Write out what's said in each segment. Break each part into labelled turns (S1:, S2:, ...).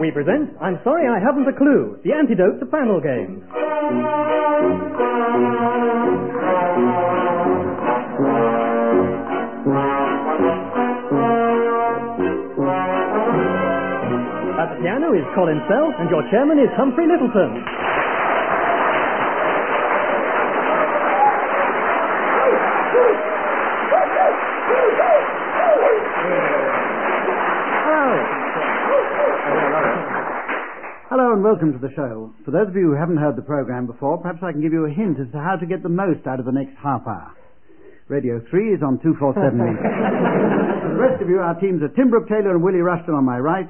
S1: We present I'm Sorry I Haven't a Clue, the antidote to panel games. At the piano is Colin Sell, and your chairman is Humphrey Littleton.
S2: Hello and welcome to the show. For those of you who haven't heard the program before, perhaps I can give you a hint as to how to get the most out of the next half hour. Radio 3 is on 247 meters. For the rest of you, our teams are Tim Brooke Taylor and Willie Rushton on my right.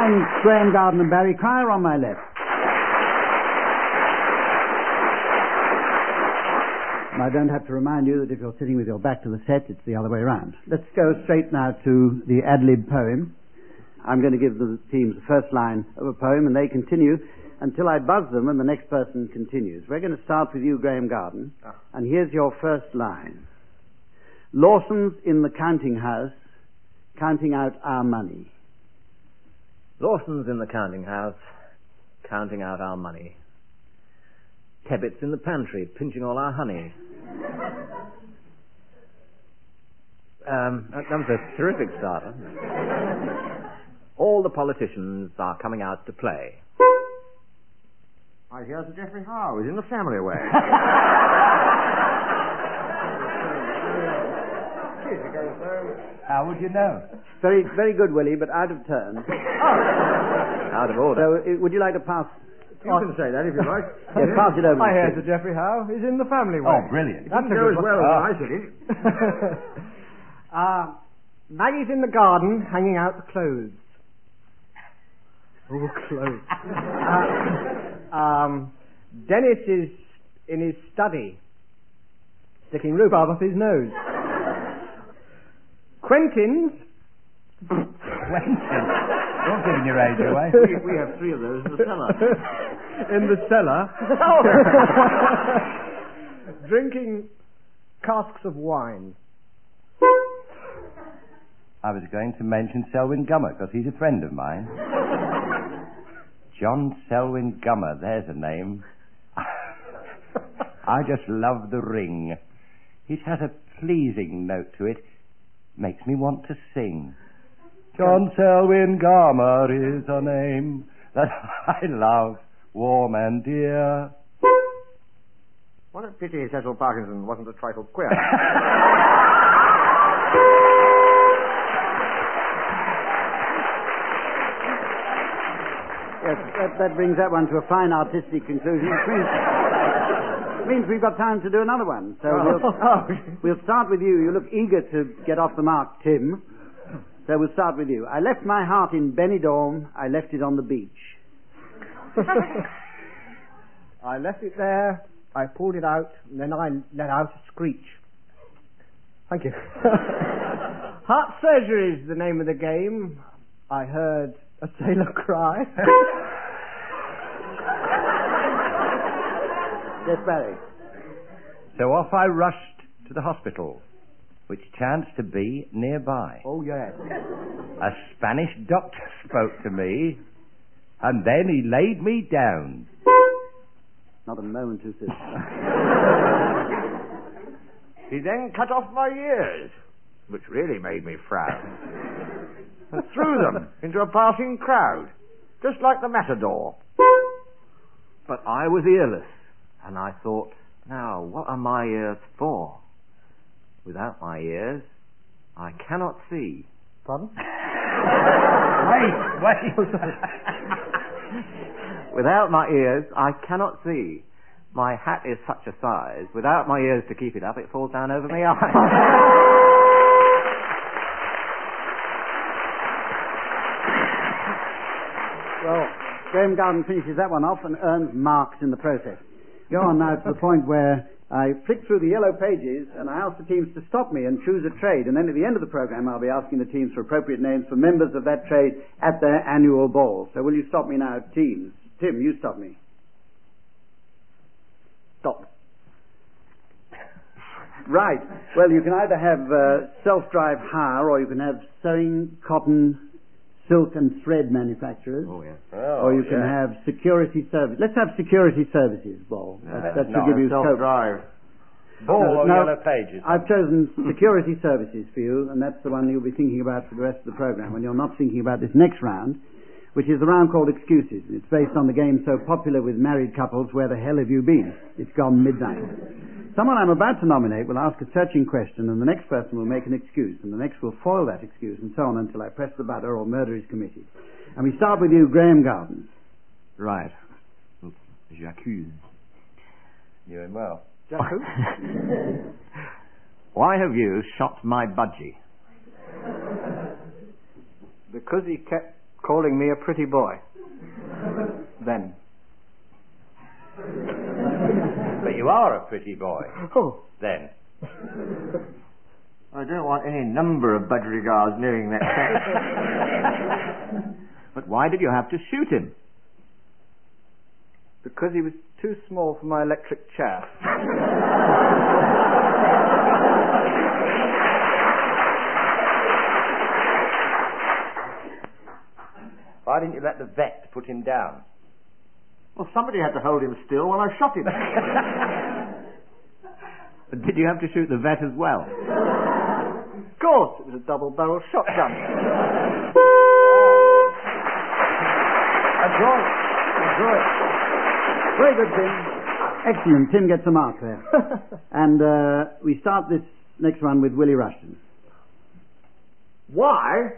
S2: And Graham Garden and Barry Cryer on my left. And I don't have to remind you that if you're sitting with your back to the set, it's the other way around. Let's go straight now to the ad lib poem. I'm going to give the teams the first line of a poem, and they continue until I buzz them and the next person continues. We're going to start with you, Graham Garden,
S3: Ah.
S2: and here's your first line Lawson's in the counting house, counting out our money.
S4: Lawson's in the counting house, counting out our money. Tebbett's in the pantry, pinching all our honey. Um, that that was a terrific start. wasn't it? All the politicians are coming out to play.
S3: I hear Sir Geoffrey Howe is in the family way.
S5: How would you know?
S2: Very, very good, Willie, but out of turn.
S4: Out of
S2: So,
S4: order.
S2: uh, would you like to pass?
S3: you can say that if you like.
S2: Yes, pass it over.
S6: I
S2: to
S6: heard
S2: Tim.
S6: Sir Geoffrey Howe is in the family way.
S5: Oh, brilliant.
S6: That's a
S3: Go as
S6: good one.
S3: well
S5: Ah.
S3: as I said it.
S1: uh, Maggie's in the garden hanging out the clothes. Oh, clothes. uh, um, Dennis is in his study, sticking rhubarb up his nose. Quentin's.
S5: Quentin. Don't give him your age away.
S3: We, we have three of those in the cellar.
S6: In the cellar.
S1: Oh. Drinking casks of wine.
S5: I was going to mention Selwyn Gummer because he's a friend of mine. John Selwyn Gummer, there's a name. I just love the ring. It has a pleasing note to it. Makes me want to sing. John Selwyn Gummer is a name that I love, warm and dear.
S3: What a pity Cecil Parkinson wasn't a trifle queer.
S2: Yes, that, that brings that one to a fine artistic conclusion, which means, means we've got time to do another one. So
S4: Oh.
S1: Oh.
S2: we'll, we'll start with you. You look eager to get off the mark, Tim. So we'll start with you. I left my heart in Benidorm. I left it on the beach.
S1: I left it there, I pulled it out, and then I let out a screech. Thank you. Heart surgery is the name of the game. I heard a sailor cry.
S2: Yes, Barry.
S5: So off I rushed to the hospital, which chanced to be nearby.
S1: oh, yes.
S5: A Spanish doctor spoke to me, and then he laid me down.
S2: Not a moment too soon.
S3: he then cut off my ears, which really made me frown, and threw them into a passing crowd, just like the matador.
S4: But I was earless, and I thought, now, what are my ears for? Without my ears, I cannot see.
S1: Pardon?
S5: Wait, wait.
S4: Without my ears, I cannot see. My hat is such a size, without my ears to keep it up, it falls down over my eyes.
S2: Well, Graham Garden finishes that one off and earns marks in the process. Go on now to the point where I flick through the yellow pages and I ask the teams to stop me and choose a trade. And then at the end of the program, I'll be asking the teams for appropriate names for members of that trade at their annual ball. So will you stop me now, teams? Tim, you stop me.
S4: Stop.
S7: Right. Well, you can either have uh, self-drive hire or you can have sewing, cotton, silk and thread manufacturers.
S4: Oh, yeah.
S7: or you can have security service. Let's have security services, Ball. That, that should give you scope.
S5: self-drive. Ball
S7: No,
S5: or
S7: no.
S5: yellow pages.
S7: I've chosen security services for you, and that's the one you'll be thinking about for the rest of the program when you're not thinking about this next round, which is the round called excuses. It's based on the game so popular with married couples, Where the Hell Have You Been? It's gone midnight. Someone I'm about to nominate will ask a searching question, and the next person will make an excuse, and the next will foil that excuse, and so on until I press the button or murder is committed. And we start with you, Graham Gardens.
S4: Right. J'accuse.
S5: You're in well.
S4: Why have you shot my budgie?
S1: Because he kept calling me a pretty boy. then.
S5: But you are a pretty boy.
S1: Oh.
S5: Then.
S4: I don't want any number of budgerigards knowing that but why did you have to shoot him?
S1: Because he was too small for my electric chair.
S5: Why didn't you let the vet put him down?
S8: Well, somebody had to hold him still while I shot him.
S4: Did you have to shoot the vet as well?
S1: Of course, it was a double barrel shotgun.
S7: That's right. That's right. Very good, Tim. Excellent. Tim gets a mark there. and uh, we start this next one with Willie Rushton.
S8: Why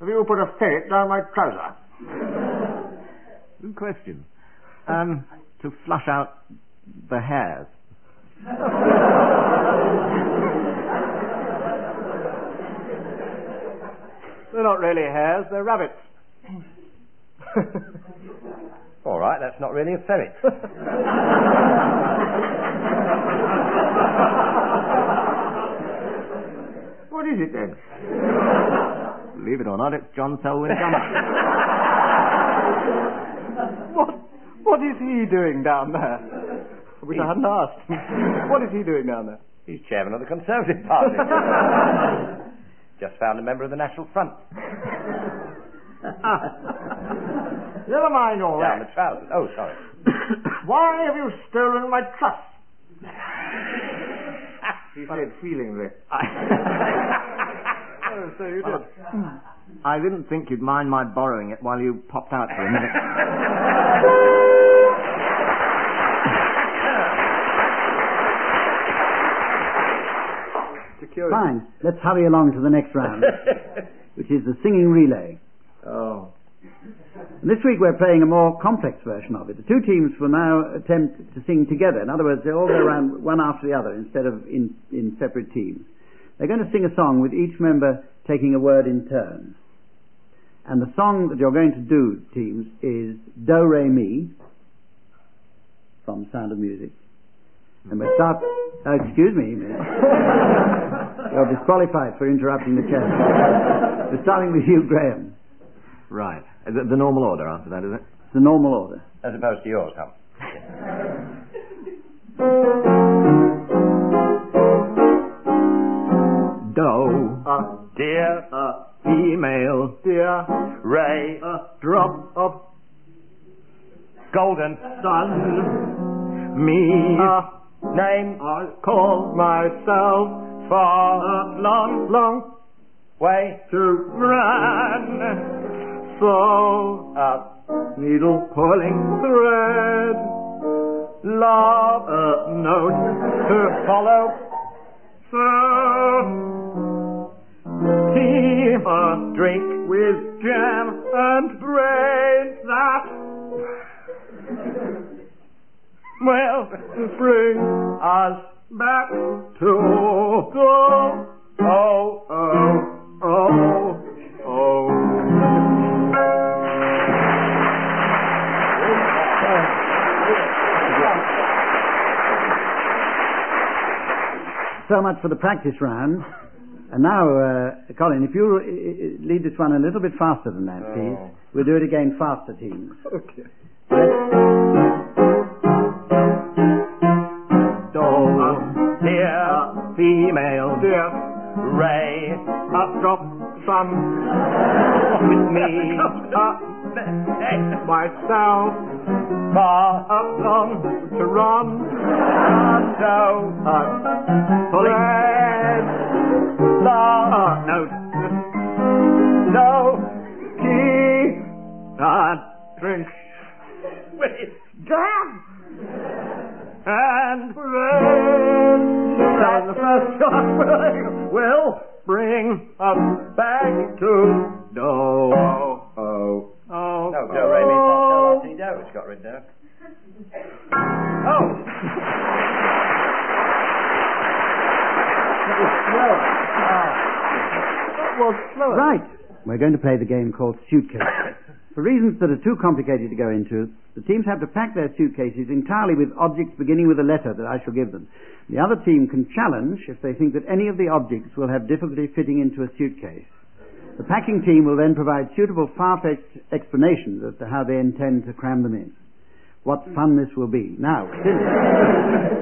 S8: have you put a ferret down my trouser?
S4: Good question. Um, to flush out the hairs.
S1: They're not really hares, they're rabbits.
S5: All right, that's not really a ferret.
S8: What is it then?
S4: Believe it or not, it's John Selwyn Gummer.
S1: What, what is he doing down there? Which I hadn't asked. what is he doing down there?
S5: He's chairman of the Conservative Party. Just found a member of the National Front.
S8: Never mind all
S5: Down
S8: that.
S5: the trousers. Oh, sorry.
S8: Why have you stolen my trust? he said feelingly.
S1: Oh, so you did.
S4: I didn't think you'd mind my borrowing it while you popped out for a minute.
S1: Security.
S7: Fine. Let's hurry along to the next round, which is the singing relay.
S1: Oh.
S7: And this week we're playing a more complex version of it. The two teams will now attempt to sing together. In other words, they all go around one after the other instead of in, in separate teams. They're going to sing a song with each member taking a word in turn. And the song that you're going to do, teams, is Do Re Mi from Sound of Music. And we start. Oh, excuse me. You're disqualified for interrupting the chant. We're starting with you, Graham.
S4: Right. The, the normal order after that, is it?
S7: It's the normal order.
S5: As opposed to yours, Hum.
S4: Do.
S5: Uh,
S4: dear. female.
S1: Dear
S5: Ray.
S4: drop
S1: of
S5: Golden.
S1: sun,
S4: me.
S1: uh,
S5: Name.
S1: I call myself
S5: Far.
S1: a long, long
S5: Way.
S1: to run. So,
S5: Uh,
S1: needle pulling thread, love a note to
S5: follow.
S1: serve. Team a
S5: Drink.
S1: with jam and brain that will bring us back to the
S5: Oh.
S1: oh oh oh.
S7: So much for the practice round. And now, uh, Colin, if you uh, lead this one a little bit faster than that, please. We'll do it again faster, teams.
S1: Okay.
S5: Do. Dear.
S9: female dear. Ray, up drop some. With me, up myself. Far up on to run. So, uh, Red, oh, no. No, key, uh, drink. Wait, damn! And the first shot will bring us back to no.
S5: Oh.
S9: Oh,
S5: No, do re, mi, fa, sol, la, si, do. It's got rid there.
S9: Oh,
S7: Right. We're going to play the game called Suitcase. For reasons that are too complicated to go into, the teams have to pack their suitcases entirely with objects beginning with a letter that I shall give them. The other team can challenge if they think that any of the objects will have difficulty fitting into a suitcase. The packing team will then provide suitable far-fetched explanations as to how they intend to cram them in. What fun this will be. Now, Tim,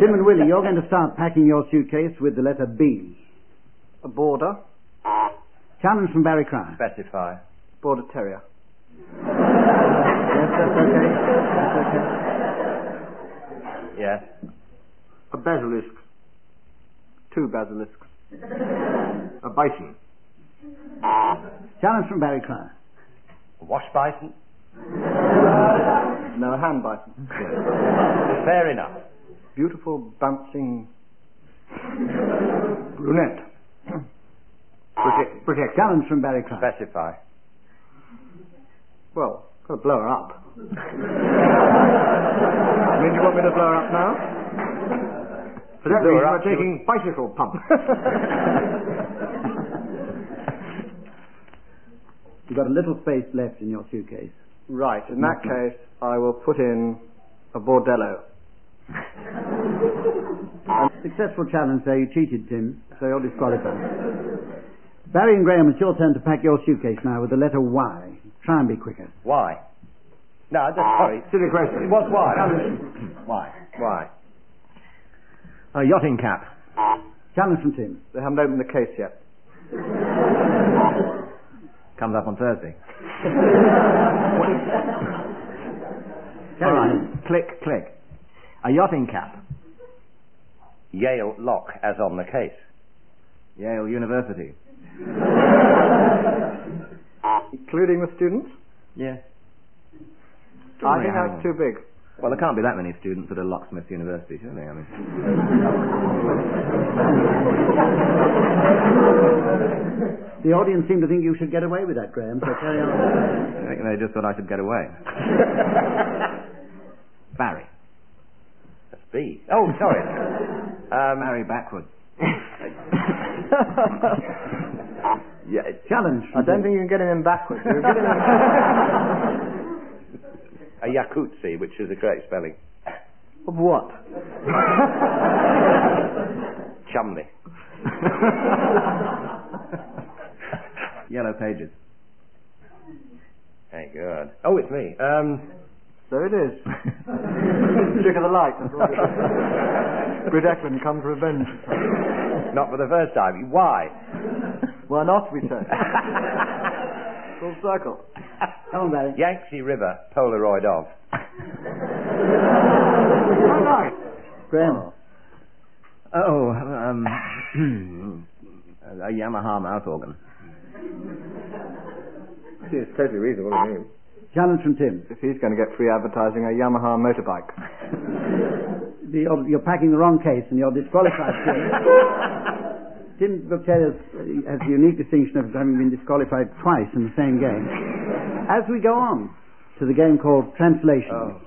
S7: Tim and Willie, you're going to start packing your suitcase with the letter B.
S1: A border.
S7: Challenge from Barry Cryer.
S5: Specify.
S1: Border terrier.
S7: Yes, that's okay.
S5: Yes.
S7: That's okay.
S8: A basilisk.
S1: Two basilisks.
S8: A bison.
S7: Challenge from Barry Cryer.
S5: Wash bison.
S1: No, a hand bison.
S5: Fair enough.
S1: Beautiful bouncing.
S8: Brunette. Protect. protect.
S7: Challenge from Barry Cryer.
S5: Specify.
S1: Well, gotta blow her up. I mean, you want me to blow her up now?
S8: For that
S5: Blew her up,
S8: reason, we're taking bicycle pump.
S7: You've got a little space left in your suitcase.
S1: Right. In that
S8: Mm-hmm.
S1: case, I will put in a bordello.
S7: Successful challenge there. You cheated, Tim, so you're disqualified. Barry and Graham, it's your turn to pack your suitcase now with the letter Y. Try and be quicker.
S5: Why? No, that's sorry.
S8: Oh, Silly question.
S5: It was why. why? Why?
S8: A yachting cap.
S7: Challenge from Tim.
S1: They haven't opened the case yet.
S5: Comes up on Thursday.
S7: Carry on.
S5: Click, click. A yachting cap. Yale lock, as on the case. Yale University.
S1: Including the students?
S5: Yeah.
S1: I think that's too big.
S5: Well, there can't be that many students at a locksmith university, surely. I mean,
S7: The audience seem to think you should get away with that, Graham, so carry on.
S5: I think they just thought I should get away. Barry. That's B. Oh, sorry. um, Barry backwards. yeah,
S7: Challenge
S1: I
S7: from
S1: don't
S7: Tim.
S1: think you can get him in backwards. You can get him in
S5: a Yakutsi, which is the correct spelling.
S1: of what?
S5: Chumley. Yellow pages. Hey, good. Oh, it's me. Um,
S1: So it is. Trick of the light. Grid Eklund comes for revenge.
S5: not for the first time. Why?
S1: Why not, we say? Full circle.
S7: Come on, Barry.
S5: Yangtze River, Polaroid of.
S7: Graham.
S5: Oh, um, a Yamaha mouth organ.
S8: It's totally reasonable, I mean.
S7: Challenge from Tim.
S1: If he's going to get free advertising, a Yamaha motorbike.
S7: The- you're, you're packing the wrong case and you're disqualified, Tim. Tim Bucterius has the unique distinction of having been disqualified twice in the same game. As we go on to the game called Translation.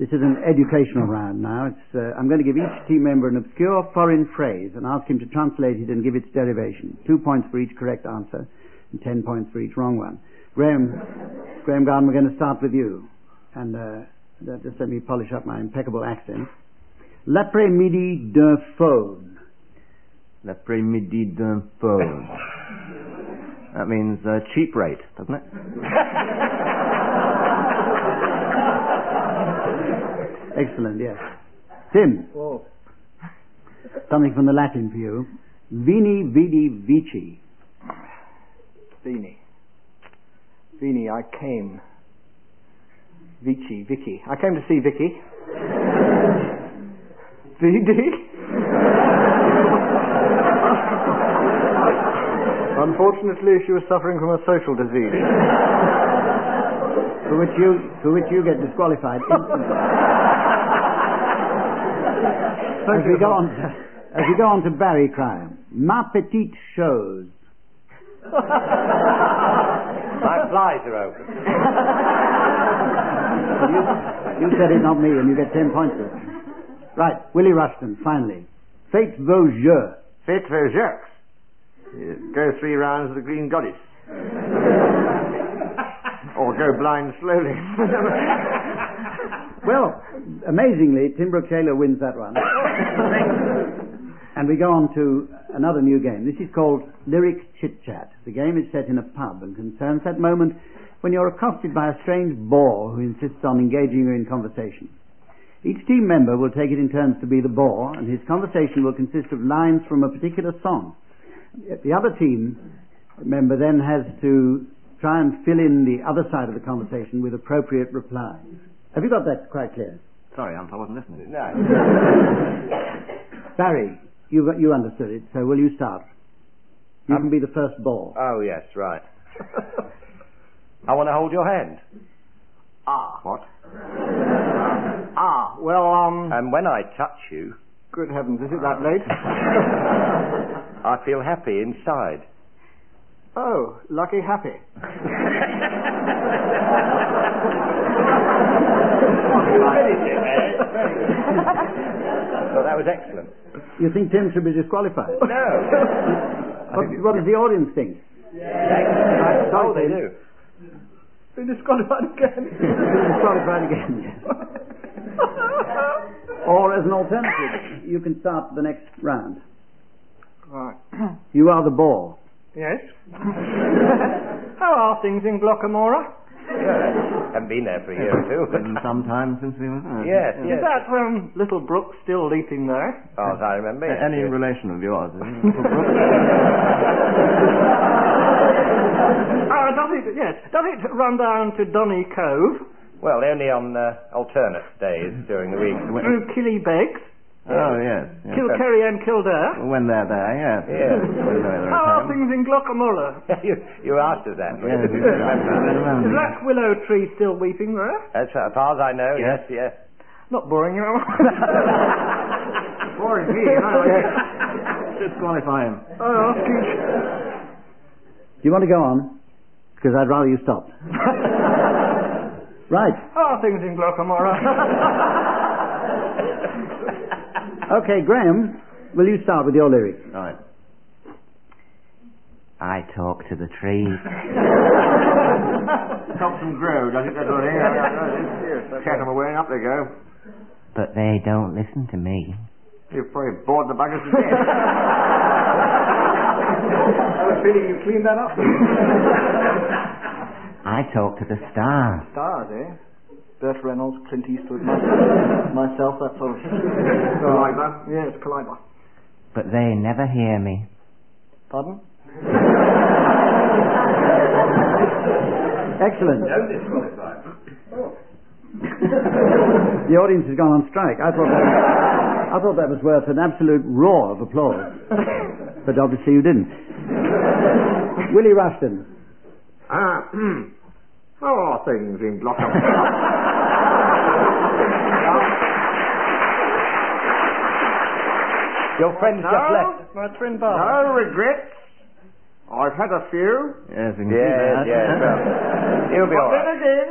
S7: This is an educational round now. It's, uh, I'm going to give each team member an obscure foreign phrase and ask him to translate it and give its derivation. Two points for each correct answer and ten points for each wrong one. Graham, Graham Garden, we're going to start with you. And uh, that- just let me polish up my impeccable accent. L'après-midi d'un phone.
S4: L'après-midi d'un phone. That means uh, cheap rate, doesn't it?
S7: Excellent, yes. Tim, Something from the Latin for you. Vini, vidi, vici.
S1: Vini. Vini, I came. Vici, Vicky. I came to see Vicky. Vidi? Unfortunately, she was suffering from a social disease.
S7: For which you, for which you get disqualified. as we go on, as we go on to Barry Crime. Ma petite chose.
S8: My flies are open.
S7: You said it, not me, and you get ten points for it. Right, Willie Rushton, finally. Fate vos jeux.
S8: Fit for jerks. You Go three rounds of the Green Goddess. or go blind slowly.
S7: Well, amazingly, Tim Brooke Taylor wins that one. and we go on to another new game. This is called Lyric Chit Chat. The game is set in a pub and concerns that moment when you're accosted by a strange bore who insists on engaging you in conversation. Each team member will take it in turns to be the bore, and his conversation will consist of lines from a particular song. The other team member then has to try and fill in the other side of the conversation with appropriate replies. Have you got that quite clear?
S4: Sorry, Aunt, I wasn't listening.
S7: Barry, you got, you understood it, so will you start? You
S5: Um,
S7: can be the first ball.
S2: uh,
S5: Oh, yes, right. I want to hold your hand.
S1: Ah.
S5: What?
S1: Ah, well, um,
S5: And when I touch you,
S1: good heavens, is it that late?
S5: I feel happy inside.
S1: Oh, lucky happy.
S5: Well, that was excellent.
S7: You think Tim should be disqualified?
S5: No.
S7: What, what does the audience think?
S5: Right,
S7: sorry,
S5: oh, they do.
S7: Tim.
S2: Been disqualified again.
S7: disqualified again. or as an alternative, you can start the next round.
S1: Right.
S7: You are the ball.
S2: Yes. How are things in Glockamora?
S5: Yeah. Haven't been there for a year or two.
S4: Been some time since we uh, were there.
S5: yes,
S2: Is
S5: yes.
S2: that um, little brook still leaping there?
S5: Oh, as I remember. yes,
S4: Any
S5: yes.
S4: relation of yours? is it?
S2: Ah, does it? Yes. Does it run down to Donny Cove
S5: Well, only on uh, alternate days during the week.
S2: through Killybegs,
S4: oh, yes. yes.
S2: Kilkerry and Kildare?
S4: When they're there, yes.
S5: Yes.
S4: When they're at
S2: How are
S4: home.
S2: things in Glockamora?
S5: you, you asked us that.
S4: Yes,
S5: didn't you? Remember.
S2: Is
S4: remember.
S2: that willow tree still weeping there?
S5: As far as far as I know, yes, yes.
S2: Not boring you, am I?
S4: Boring me, you know. Disqualify him.
S2: Oh, ask you.
S7: Do you want to go on? Because I'd rather you stopped. right.
S2: How are Ah, things in Glockamora?
S7: Okay, Graham, will you start with your lyrics?
S4: Right. I talk to the trees.
S8: Helps them grow, does it? That's what it is. Chat them away and up they go.
S4: But they don't listen to me.
S8: You've probably bored the buggers to death. I have a feeling you cleaned that up.
S4: I talk to the stars.
S1: Stars, eh? Burt Reynolds, Clint Eastwood, my, myself, that sort of.
S8: like that?
S1: Yes, Collider.
S4: But they never hear me.
S1: Pardon?
S7: Excellent. the audience has gone on strike. I thought that, I thought that was worth an absolute roar of applause. but obviously you didn't. Willie Rushton.
S8: Ah, how are things in Gloucester?
S5: Your friend's just left.
S2: My twin bar.
S8: no regrets. I've had a few.
S4: Yes, we can see
S5: Yes,
S4: that.
S5: yes. Well, he'll be
S8: But
S5: all
S8: then
S5: right.
S8: again,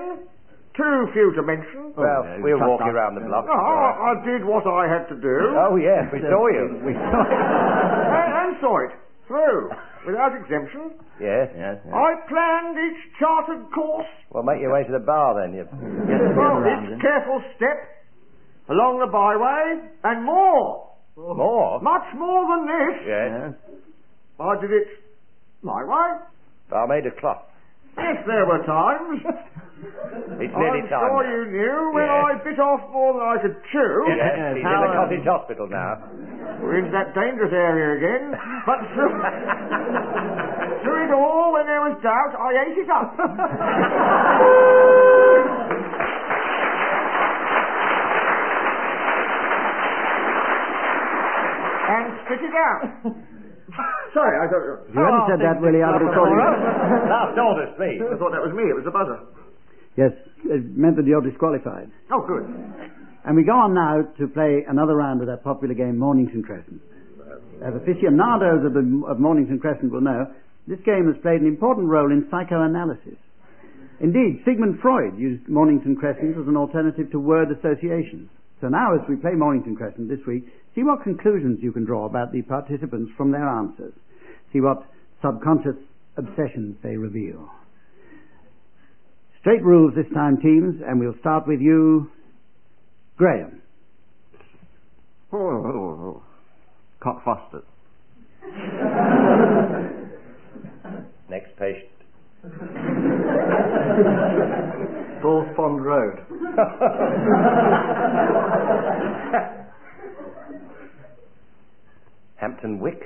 S8: too few to mention.
S5: Well,
S4: no,
S5: we'll
S4: shut
S5: walk
S4: up.
S5: you around the block.
S8: No, I, I did what I had to do.
S5: Oh, yes, we saw you.
S7: We saw
S8: and, and saw it through without exemption.
S5: Yes.
S4: Yes, yes.
S8: I planned each charted course
S5: Well, make your way to the bar then. You...
S4: Get the
S8: Well,
S4: other round,
S8: each
S4: eh?
S8: careful step along the byway, and more,
S5: More?
S8: much more than this,
S5: Oh, Yes.
S8: I did it my way.
S5: Barmaid o'clock.
S8: Yes, there were times.
S5: It's nearly
S8: I'm
S5: time.
S8: sure you knew when
S5: Yes.
S8: I bit off more than I could chew.
S5: Yes, he's in the
S8: uh,
S4: Howard.
S5: cottage hospital now.
S8: We're into that dangerous area again. But through, through it all, when there was doubt, I ate it up. and spit it out. Sorry, I don't.
S7: If you hadn't said that, Willie, I would have called you.
S9: Last orders, please.
S8: I thought that was me. It was the buzzer.
S7: Yes, it meant that you're disqualified.
S8: Oh, good.
S7: And we go on now to play another round of that popular game, Mornington Crescent.
S8: Uh,
S7: As aficionados of, the, of Mornington Crescent will know, this game has played an important role in psychoanalysis. Indeed, Sigmund Freud used Mornington Crescent as an alternative to word associations. So now, as we play Mornington Crescent this week, see what conclusions you can draw about the participants from their answers. See what subconscious obsessions they reveal. Straight rules this time, teams, and we'll start with you, Graham.
S4: Oh, oh, oh. Cock Fosters.
S5: Next patient.
S9: Bull's Pond Road.
S5: Hampton Wick.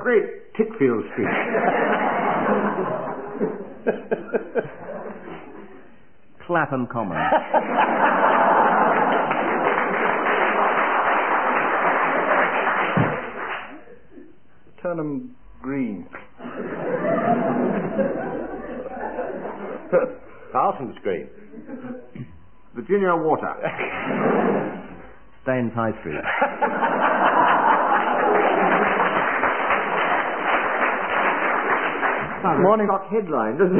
S8: Great Tickfield Street.
S5: Clapham Common.
S9: Turnham Green.
S5: Parsons Green.
S8: Virginia Water.
S4: Staines High Street.
S8: Morning. Stock headline, doesn't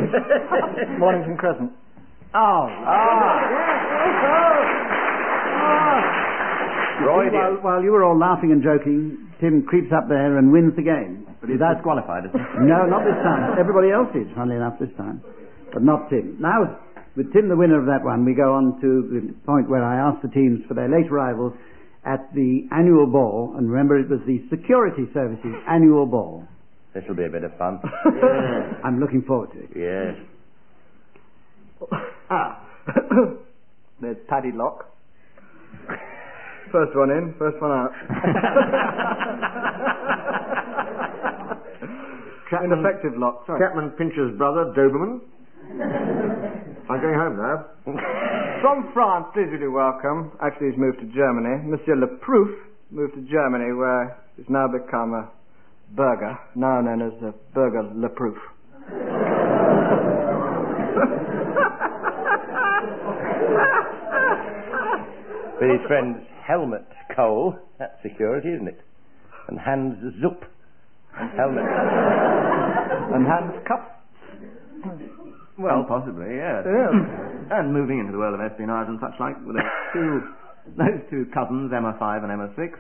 S8: it?
S2: Mornington Crescent.
S7: While, while you were all laughing and joking, Tim creeps up there and wins the game.
S4: But he's disqualified, isn't he?
S7: No, not this time. Everybody else is, funnily enough, this time. But not Tim. Now, with Tim the winner of that one, we go on to the point where I asked the teams for their late arrivals at the annual ball. And remember, it was the Security Services annual ball.
S5: This will be a bit of fun.
S7: I'm looking forward to it.
S5: yes.
S9: Ah. There's Paddy Lock. First one in, first one out. Ineffective lock, sorry.
S8: Chapman Pincher's brother, Doberman. I'm going home now.
S9: From France, please do welcome. Actually, he's moved to Germany. Monsieur Leprouf moved to Germany, where he's now become a burger, now known as the Burger Leprouf.
S5: With his friends Helmut Cole, that's security, isn't it? And Hans Zupp. Helmut.
S9: And Hans Cup.
S4: Well, possibly, yes. And moving into the world of espionage and such like, with those two, those two cousins, Emma 5 and Emma 6.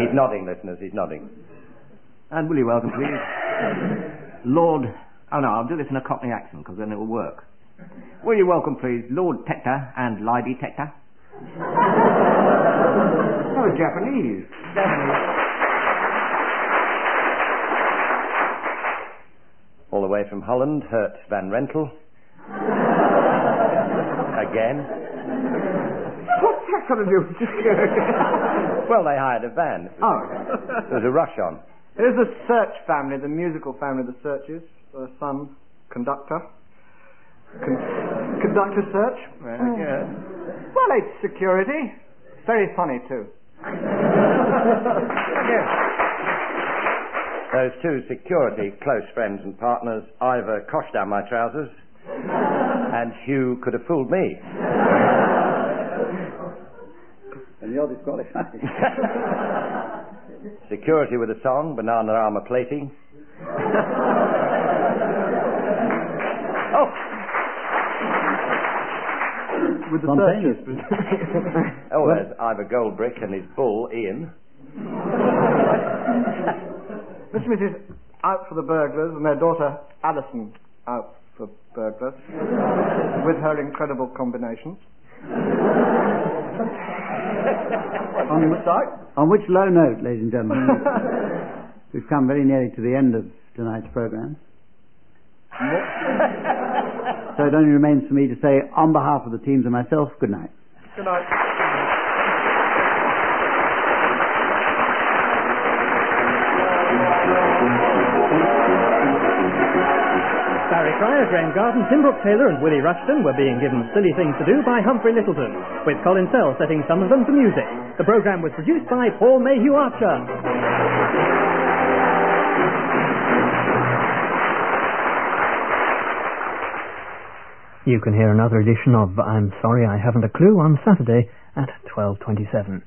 S5: he's nodding, listeners, he's nodding.
S4: And will you welcome, please? Lord. Oh, no, I'll do this in a Cockney accent, because then it will work. Will you welcome, please, Lord Tector and Lady Tector?
S8: Oh, Japanese.
S5: All the way from Holland, Hurt Van Rentel. Again.
S8: What's that got to do with
S5: Well, they hired a van.
S9: Oh.
S5: There was a rush on.
S9: It is the Search family, the musical family of the Searches. The son, conductor. Con- conductor Search. Well, it's security. Very funny, too.
S5: Those two security close friends and partners, Ivor coshed down my trousers, and Hugh could have fooled me.
S7: And you're disqualified.
S5: Security with a song, banana armour plating. oh,
S7: with the Spontaneous.
S5: oh, there's Ivor Goldbrick and his bull, Ian.
S9: Miss Smith is out for the burglars, and their daughter, Alison, out for burglars, with her incredible combinations.
S7: on, on which low note, ladies and gentlemen, we've come very nearly to the end of tonight's program. so it only remains for me to say, on behalf of the teams and myself, good night.
S9: Good night.
S2: Mary Cryer, Graham Garden, Tim Brooke Taylor, and Willie Rushton were being given silly things to do by Humphrey Littleton, with Colin Sell setting some of them to music. The program was produced by Paul Mayhew Archer. You can hear another edition of I'm Sorry I Haven't a Clue on Saturday at 12.27.